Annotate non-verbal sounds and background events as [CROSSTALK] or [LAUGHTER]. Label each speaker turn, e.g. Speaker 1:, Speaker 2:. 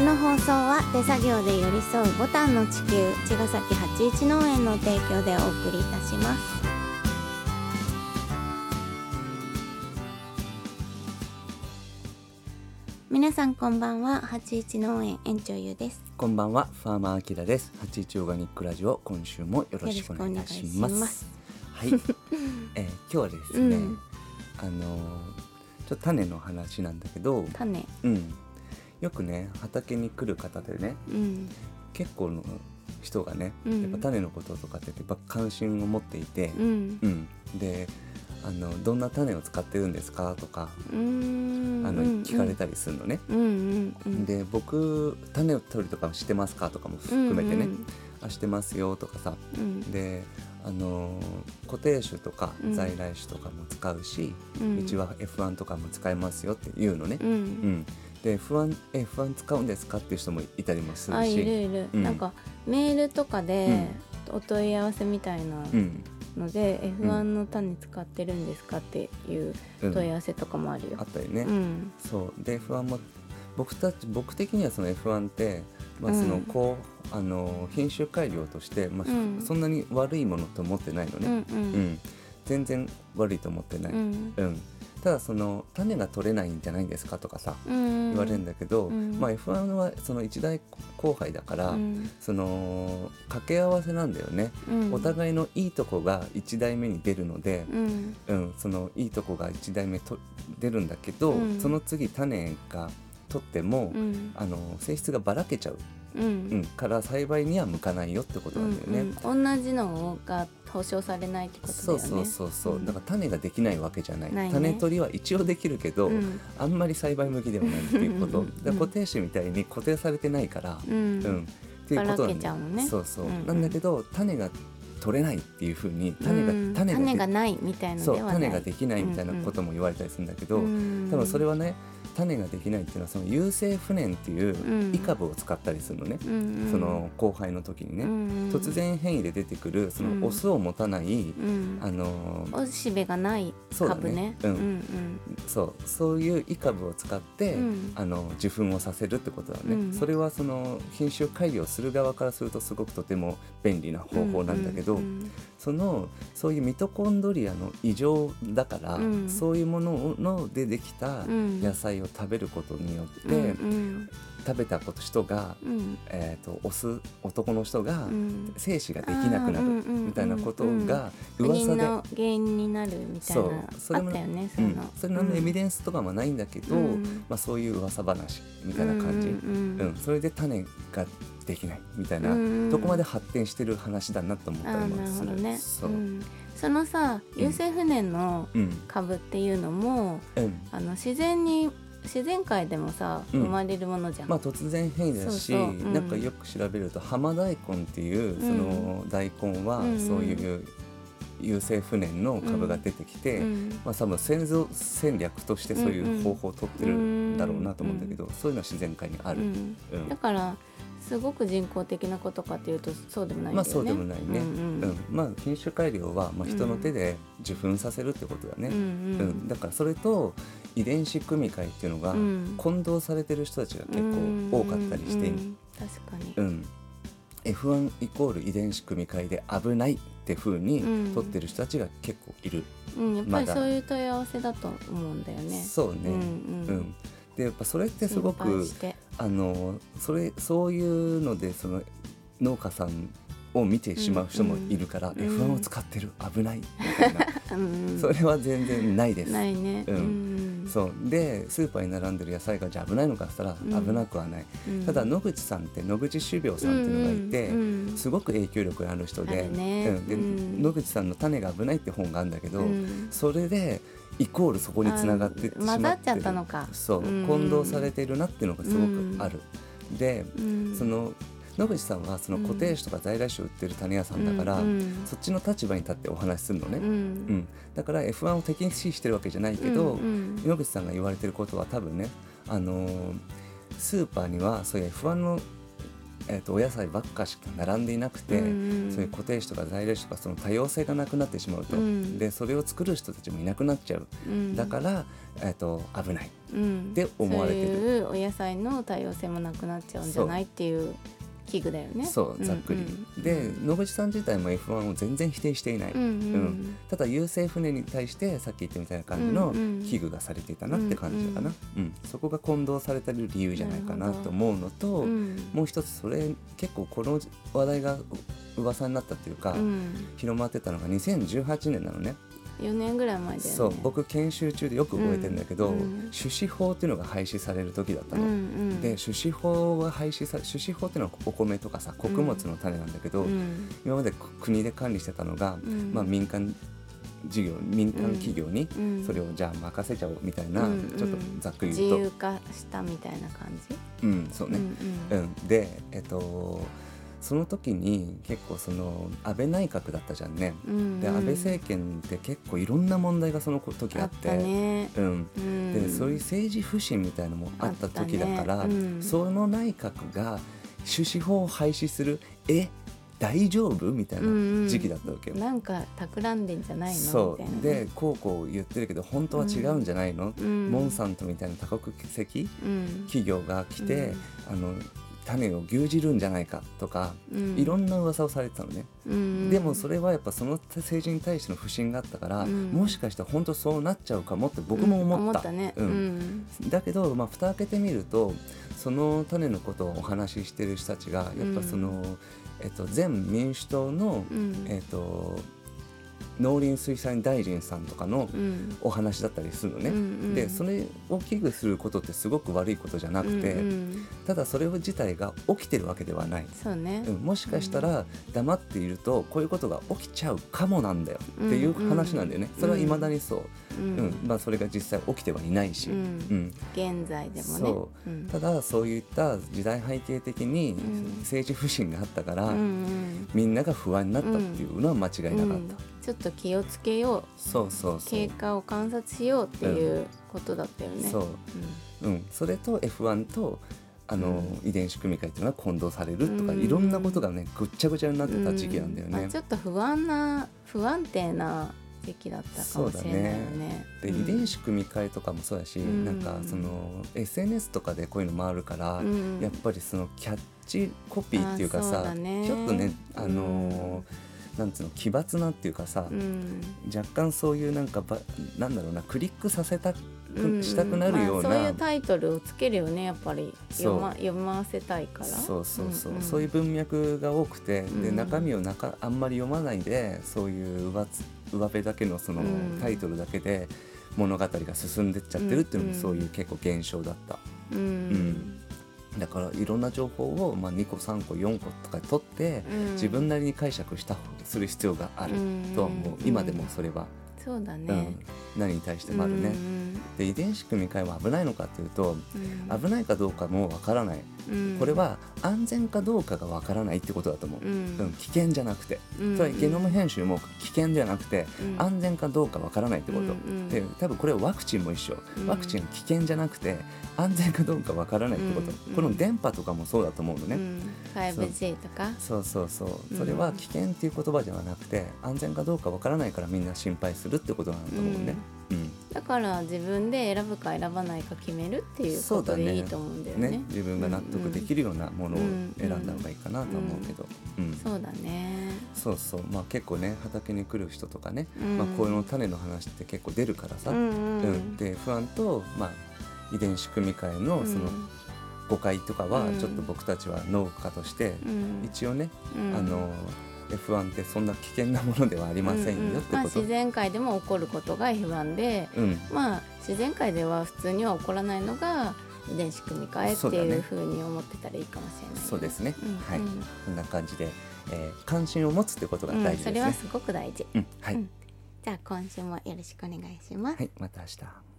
Speaker 1: の放送は手作業で寄り添うボタンの地球茅ヶ崎八一農園の提供でお送りいたします皆さんこんばんは八一農園園長ゆうです
Speaker 2: こんばんは、ファーマーアキラです。八一オーガニックラジオ、今週もよろしくお願いしま
Speaker 1: よろしくお願いしますす。
Speaker 2: はい、 [LAUGHS] えー、今日はですね、
Speaker 1: うん
Speaker 2: あのーちょっと種の話なんだけど、
Speaker 1: 種
Speaker 2: うん、よくね畑に来る方でね、
Speaker 1: うん
Speaker 2: 結構の人がね、
Speaker 1: うん
Speaker 2: やっぱ種のこととかってやっぱ関心を持っていて、
Speaker 1: うん
Speaker 2: うん、で、あのどんな種を使ってるんですかとか、
Speaker 1: うーん
Speaker 2: あの聞かれたりするのね。
Speaker 1: うんうんうん
Speaker 2: で僕種を取りとかもしてますかとかも含めてね、あしてますよとかさ、
Speaker 1: うん
Speaker 2: であのー固定種とか
Speaker 1: うん
Speaker 2: 在来種とかも使うし、
Speaker 1: う
Speaker 2: うんちは F1 とかも使えますよっていうのね、
Speaker 1: う
Speaker 2: うん
Speaker 1: ん、
Speaker 2: で F1, F1 使うんですかっていう人もいたりもする
Speaker 1: あいる
Speaker 2: し、
Speaker 1: いる、
Speaker 2: うん
Speaker 1: なんかメールとかでお問い合わせみたいな
Speaker 2: うん
Speaker 1: ので、
Speaker 2: うん
Speaker 1: F1 の種使ってるんですかっていう
Speaker 2: うん
Speaker 1: 問い合わせとかもあるよ
Speaker 2: あ。ったりね、
Speaker 1: うん
Speaker 2: そうで F1 も僕たち僕的にはその F1 って、まあその
Speaker 1: うん
Speaker 2: こうあのー品種改良として、まあ
Speaker 1: うん
Speaker 2: そんなに悪いものと思ってないの
Speaker 1: う
Speaker 2: ね、
Speaker 1: んう
Speaker 2: うん
Speaker 1: ん
Speaker 2: 全然悪いと思ってな
Speaker 1: う
Speaker 2: い、
Speaker 1: ん
Speaker 2: うん、ただその種が取れないんじゃないんですかとかさ
Speaker 1: うん
Speaker 2: 言われるんだけど、
Speaker 1: うん
Speaker 2: まあ、F1 はその一大後輩だから、
Speaker 1: うん
Speaker 2: その掛け合わせなんだよね、
Speaker 1: うん
Speaker 2: お互いのいいとこが一代目に出るので、
Speaker 1: うん
Speaker 2: うんそのいいとこが一代目と出るんだけど、
Speaker 1: うん
Speaker 2: その次種が取っても、
Speaker 1: うん
Speaker 2: あの性質がばらけちゃう、
Speaker 1: うん
Speaker 2: うんから栽培には向かないよってことなんだよね。
Speaker 1: うんうん同じのが保証されないってことだ
Speaker 2: そ
Speaker 1: よ
Speaker 2: う
Speaker 1: ね。
Speaker 2: そうそうそう、
Speaker 1: うん
Speaker 2: だから種ができないわけじゃない
Speaker 1: ないね
Speaker 2: 種取りは一応できるけど、
Speaker 1: うん
Speaker 2: あんまり栽培向きでもないっていうこ
Speaker 1: う
Speaker 2: と
Speaker 1: んうん
Speaker 2: だから固定種みたいに固定されてないから、
Speaker 1: う
Speaker 2: うん
Speaker 1: ん
Speaker 2: っていうこ
Speaker 1: ばら
Speaker 2: とな
Speaker 1: け
Speaker 2: ん
Speaker 1: ちゃ
Speaker 2: だ
Speaker 1: うもんね
Speaker 2: そうそう、
Speaker 1: うんうん
Speaker 2: なんだけど種が取れないっていうふうに種
Speaker 1: う
Speaker 2: が、
Speaker 1: ん
Speaker 2: 種が
Speaker 1: 種が
Speaker 2: で
Speaker 1: ないみたいな
Speaker 2: そう
Speaker 1: のではない。
Speaker 2: 種ができないみたいなことも言われたりするんだけど、多分それ
Speaker 1: は、
Speaker 2: はね種ができないっていうのはその有性不燃っていう
Speaker 1: うん
Speaker 2: イカブを使ったりするのね、
Speaker 1: うんうん
Speaker 2: その交配の時にね、
Speaker 1: うん
Speaker 2: 突然変異で出てくるそ
Speaker 1: うん
Speaker 2: のオスを持たない、
Speaker 1: うん
Speaker 2: あのー
Speaker 1: おしべがない
Speaker 2: そうだ
Speaker 1: 株
Speaker 2: ね
Speaker 1: ね。
Speaker 2: うん
Speaker 1: ん
Speaker 2: そうそういうイカブを使って、
Speaker 1: うん
Speaker 2: あの受粉をさせるってことだね、
Speaker 1: うん
Speaker 2: それはその品種改良する側からするとすごくとても便利な方法なんだけ
Speaker 1: う
Speaker 2: ど、
Speaker 1: んうん
Speaker 2: そのそういうミトコンドリアの異常だから、
Speaker 1: うん
Speaker 2: そういうもののでできた
Speaker 1: うん
Speaker 2: 野菜を食べることによって、
Speaker 1: うん
Speaker 2: 食べたこと人が、
Speaker 1: うん
Speaker 2: えー、とオス男の人が
Speaker 1: うん
Speaker 2: 精子ができなくなるみたいなことが
Speaker 1: 不
Speaker 2: 噂
Speaker 1: 妊
Speaker 2: で。
Speaker 1: の原因になるみたいな
Speaker 2: そうそれ
Speaker 1: あ
Speaker 2: も
Speaker 1: ったよね
Speaker 2: う
Speaker 1: そ
Speaker 2: ん
Speaker 1: の、
Speaker 2: それ何のエビデンスとかもないんだけど、
Speaker 1: うん
Speaker 2: まあ、そういう噂話みたいな感じ、うん、それで種ができないみたいな、どこまで発展してる話だなと思った
Speaker 1: あー
Speaker 2: り
Speaker 1: な
Speaker 2: も
Speaker 1: る
Speaker 2: す
Speaker 1: ほど
Speaker 2: る。
Speaker 1: ね
Speaker 2: そう、
Speaker 1: う
Speaker 2: うん
Speaker 1: んそのさ
Speaker 2: うん
Speaker 1: 優性不燃の
Speaker 2: うん
Speaker 1: 株っていうのもあの自然に自然界でもさ
Speaker 2: うん
Speaker 1: 生まれるものじゃん
Speaker 2: まあ突然変異だし
Speaker 1: そうそううん
Speaker 2: なんかよく調べると浜大根っていうその大根は
Speaker 1: うん
Speaker 2: そういう有性不燃の株が出てきて、
Speaker 1: うん
Speaker 2: まあ、多分戦争戦略としてそういう方法を取ってるんだろうなと思うんだけど、そういうのは自然界にあ
Speaker 1: う
Speaker 2: る。
Speaker 1: ん
Speaker 2: うん
Speaker 1: だからすごく人工的なことかっていうとそうでもないんだよね。
Speaker 2: まあそうでもないね、
Speaker 1: う
Speaker 2: うんん
Speaker 1: うん
Speaker 2: まあ品種改良はまあ人の手で受粉させるってことだね、
Speaker 1: うん
Speaker 2: うんだからそれと遺伝子組み換えっていうのが
Speaker 1: うん
Speaker 2: 混同されてる人たちが結構多かったりして、
Speaker 1: う
Speaker 2: うん
Speaker 1: うんん確かに、
Speaker 2: F1 イコール遺伝子組み換えで危ないって風
Speaker 1: うん
Speaker 2: に取ってる人たちが結構いる、
Speaker 1: うん、やっぱり
Speaker 2: まだ
Speaker 1: そういう問い合わせだと思うんだよね。
Speaker 2: そうね、
Speaker 1: うんうん
Speaker 2: うんでやっぱそれってすご
Speaker 1: 心配
Speaker 2: く
Speaker 1: して
Speaker 2: あのそれそういうのでその農家さんを見てしまう人もいるから、
Speaker 1: うんうん
Speaker 2: F1 を使ってる危ないみたいな、
Speaker 1: うんうん
Speaker 2: それは全然ないです。
Speaker 1: ないね。
Speaker 2: うん
Speaker 1: ん
Speaker 2: そうでスーパーに並んでる野菜がじゃあ危ないのかって言ったら
Speaker 1: うん
Speaker 2: 危なくはない、
Speaker 1: うん
Speaker 2: ただ野口さんって野口種苗さんっていうのがいて、
Speaker 1: うんうんうん
Speaker 2: すごく影響力のある人
Speaker 1: あ
Speaker 2: で,、
Speaker 1: るね
Speaker 2: うんで
Speaker 1: うん
Speaker 2: 野口さんの「種が危ない」って本があるんだけど、
Speaker 1: うん
Speaker 2: それでイコールそこにつながってし
Speaker 1: あ
Speaker 2: まってる
Speaker 1: 混ざっちゃったのか
Speaker 2: そう、
Speaker 1: うん
Speaker 2: 混同されているなっていうのがすごくある。で
Speaker 1: うん
Speaker 2: その野口さんはその固定種とか在来種を売ってる種屋さんだから、
Speaker 1: うんうん
Speaker 2: そっちの立場に立ってお話しするのね、
Speaker 1: う
Speaker 2: うんん、だから F1 を敵に視してるわけじゃないけど、
Speaker 1: うんうん
Speaker 2: 野口さんが言われてることは多分ね、あのースーパーにはそういう F1 のえー、とお野菜ばっかしか並んでいなくて、
Speaker 1: うんうん
Speaker 2: そういう固定種とか材料種とかその多様性がなくなってしまうと、
Speaker 1: うん
Speaker 2: でそれを作る人たちもいなくなっちゃう
Speaker 1: うん
Speaker 2: だから、えー、と危ない
Speaker 1: うん
Speaker 2: って思われてる
Speaker 1: そういうお野菜の多様性もなくなっちゃうんじゃないっていう危惧だよね
Speaker 2: そうざっくり、で野口さん自体も F1 を全然否定していない、
Speaker 1: うんうん
Speaker 2: ただ優勢船に対してさっき言ったみたいな感じの
Speaker 1: うんうん
Speaker 2: 危惧がされていたなって感じかな、うんそこが混同されてる理由じゃないか
Speaker 1: なるほ
Speaker 2: な
Speaker 1: ど
Speaker 2: と思うのと、
Speaker 1: うんうん
Speaker 2: もう一つそれ結構この話題が噂になったというか、
Speaker 1: うん
Speaker 2: 広まってたのが2018年なのね
Speaker 1: 4年ぐらい前だよね
Speaker 2: そう僕研修中でよく覚えてるんだけど、
Speaker 1: うんうん
Speaker 2: 種子法っていうのが廃止される時だった
Speaker 1: うん
Speaker 2: の。
Speaker 1: うん
Speaker 2: で種子法は廃止さ種子法っていうのはお米とかさ穀物の種なんだけど、
Speaker 1: うん
Speaker 2: 今まで国で管理してたのが、
Speaker 1: うん
Speaker 2: まあ、民間事業民間企業に
Speaker 1: うん
Speaker 2: それをじゃあ任せちゃおうみたいな、
Speaker 1: うんうん
Speaker 2: ちょっとざっくり
Speaker 1: 自
Speaker 2: 言うと、
Speaker 1: 由化したみたいな感じ
Speaker 2: うん、そうね、
Speaker 1: うんう
Speaker 2: う
Speaker 1: んん
Speaker 2: でえっとその時に結構その安倍内閣だったじゃんね、
Speaker 1: うん
Speaker 2: で安倍政権って結構いろんな問題がその時あ
Speaker 1: あ
Speaker 2: っ
Speaker 1: ってたね
Speaker 2: うん、
Speaker 1: うん
Speaker 2: でそういう政治不信みたいのもあった時だか
Speaker 1: あっ
Speaker 2: ら、
Speaker 1: たねうん
Speaker 2: その内閣が種子法を廃止するえ大丈夫みたいな時期だったわけよ。
Speaker 1: なんか企んでんじゃないの
Speaker 2: そう
Speaker 1: みたいなね
Speaker 2: でこうこう言ってるけど本当は違うんじゃないの、
Speaker 1: うん
Speaker 2: モンサントみたいな多国籍
Speaker 1: うん
Speaker 2: 企業が来て、あの種を牛耳るんじゃないかとか、
Speaker 1: うん
Speaker 2: いろんな噂をされてたのね、
Speaker 1: うん
Speaker 2: でもそれはやっぱその政治に対しての不信があったから、
Speaker 1: うん
Speaker 2: もしかしたら本当そうなっちゃうかもって僕も思った,、
Speaker 1: うん思ったね
Speaker 2: う
Speaker 1: うんん
Speaker 2: だけど、まあ、蓋開けてみるとその種のことをお話ししてる人たちがやっぱその、
Speaker 1: う
Speaker 2: えっと、前民主党の、
Speaker 1: うん
Speaker 2: えっと、農林水産大臣さんとかの
Speaker 1: うん
Speaker 2: お話だったりするのね。
Speaker 1: うんうん
Speaker 2: でそれを危惧することってすごく悪いことじゃなくて、
Speaker 1: うんうん
Speaker 2: ただそれ自体が起きてるわけではない、
Speaker 1: そうね
Speaker 2: うん、もしかしたら黙っているとこういうことが起きちゃうかもなんだよっていう話なんだよね、
Speaker 1: うん
Speaker 2: それは未だにそう、
Speaker 1: う
Speaker 2: うんんまあ、それが実際起きてはいないし、
Speaker 1: うん
Speaker 2: うん、
Speaker 1: 現在でもね
Speaker 2: そ
Speaker 1: うん
Speaker 2: ただそういった時代背景的に
Speaker 1: ん
Speaker 2: 政治不信があったから、
Speaker 1: うんうん
Speaker 2: みんなが不安になったっていうのは間違いなかった、
Speaker 1: うんちょっと気をつけよう
Speaker 2: そうそうそう
Speaker 1: 経過を観察しようっていうことだったよね
Speaker 2: そうう、うん、それと F1 とあの、遺伝子組み換えっていうのは混同されるとか、
Speaker 1: うん
Speaker 2: いろんなことがねぐっちゃぐちゃになってた時期なんだよ
Speaker 1: う
Speaker 2: ね
Speaker 1: まあ、ち。ょっと不安な不安定な時期だったかもしれないよね
Speaker 2: で遺伝子組み換えとかもそうだし、
Speaker 1: うん
Speaker 2: なんかその SNS とかでこういうのもあるから、
Speaker 1: うん
Speaker 2: やっぱりそのキャッチコピーっていうか
Speaker 1: あそう
Speaker 2: さ
Speaker 1: だね
Speaker 2: ちょっとねあのーなんつうの奇抜なっていうかさ、
Speaker 1: うん
Speaker 2: 若干そういうなんかばなんだろうなクリックさせたく、
Speaker 1: うん
Speaker 2: したくなるような、
Speaker 1: まあ、そういうタイトルをつけるよねやっぱり
Speaker 2: そう
Speaker 1: 読ま読ませたいから
Speaker 2: そうそうそう、
Speaker 1: んん
Speaker 2: そういう文脈が多くて、で
Speaker 1: うん
Speaker 2: 中身をなかあんまり読まないでそういう上つ上辺だけのその
Speaker 1: うん
Speaker 2: タイトルだけで物語が進んでっちゃってるっていうのも
Speaker 1: うん
Speaker 2: そういう結構現象だった、
Speaker 1: うん
Speaker 2: だからいろんな情報をまあ2個3個4個とか取って
Speaker 1: うん
Speaker 2: 自分なりに解釈したする必要があるとは思う、
Speaker 1: うん
Speaker 2: 今でもそれは、
Speaker 1: そうだ
Speaker 2: う
Speaker 1: ね
Speaker 2: ん、何に対してもあるね、
Speaker 1: うん
Speaker 2: で遺伝子組み換えは危ないのかっていうと
Speaker 1: うん
Speaker 2: 危ないかどうかもわからない
Speaker 1: うん
Speaker 2: これは安全かどうかがわからないってことだと思う、
Speaker 1: う
Speaker 2: うん、
Speaker 1: ん
Speaker 2: 危険じゃなくて、
Speaker 1: うん
Speaker 2: それはゲノム編集も危険じゃなくて、
Speaker 1: うん
Speaker 2: 安全かどうかわからないってこと、
Speaker 1: うんうん
Speaker 2: で多分これはワクチンも一緒
Speaker 1: うん
Speaker 2: ワクチンは危険じゃなくて安全かどうかわからないってこと、
Speaker 1: うん
Speaker 2: この電波とかもそうだと思うのね、
Speaker 1: うん、5G とか
Speaker 2: そうそうそう
Speaker 1: うん
Speaker 2: それは危険っていう言葉ではなくて安全かどうかわからないからみんな心配するってことなんだと思うね、うん
Speaker 1: だから自分で選ぶか選ばないか決めるっていう
Speaker 2: そう
Speaker 1: こ
Speaker 2: だ
Speaker 1: と
Speaker 2: ね
Speaker 1: でいいと思うんだよね
Speaker 2: ね自分が納得できるようなものを選んだ方がいいかなとは思うけど、うん
Speaker 1: そうだね
Speaker 2: そうそうまあ結構ね畑に来る人とかね、
Speaker 1: うん
Speaker 2: まあ、こういうの種の話って結構出るからさ、
Speaker 1: うんうん
Speaker 2: うんで不安と、まあ、遺伝子組み換えのその誤解とかは
Speaker 1: うん
Speaker 2: ちょっと僕たちは農家として
Speaker 1: うん
Speaker 2: 一応ね、
Speaker 1: うん
Speaker 2: あの F1 ってそんな危険なものではありませんよって
Speaker 1: まあ、
Speaker 2: こと。
Speaker 1: 自
Speaker 2: うん
Speaker 1: 然界でも起こることが F1 でまあ自然界では普通には起こらないのが遺伝子組み換えって
Speaker 2: そうだ
Speaker 1: い
Speaker 2: ね
Speaker 1: うふうに思ってたらいいかもしれないね、
Speaker 2: そうですね、
Speaker 1: うん
Speaker 2: はい、
Speaker 1: うん
Speaker 2: こんな感じで、えー関心を持つってことが
Speaker 1: うん
Speaker 2: 大事
Speaker 1: そ
Speaker 2: です
Speaker 1: れは
Speaker 2: ね。
Speaker 1: すごく大事
Speaker 2: うん、はい、
Speaker 1: うんじゃあ今週もよろしくお願いします
Speaker 2: はい、また明日。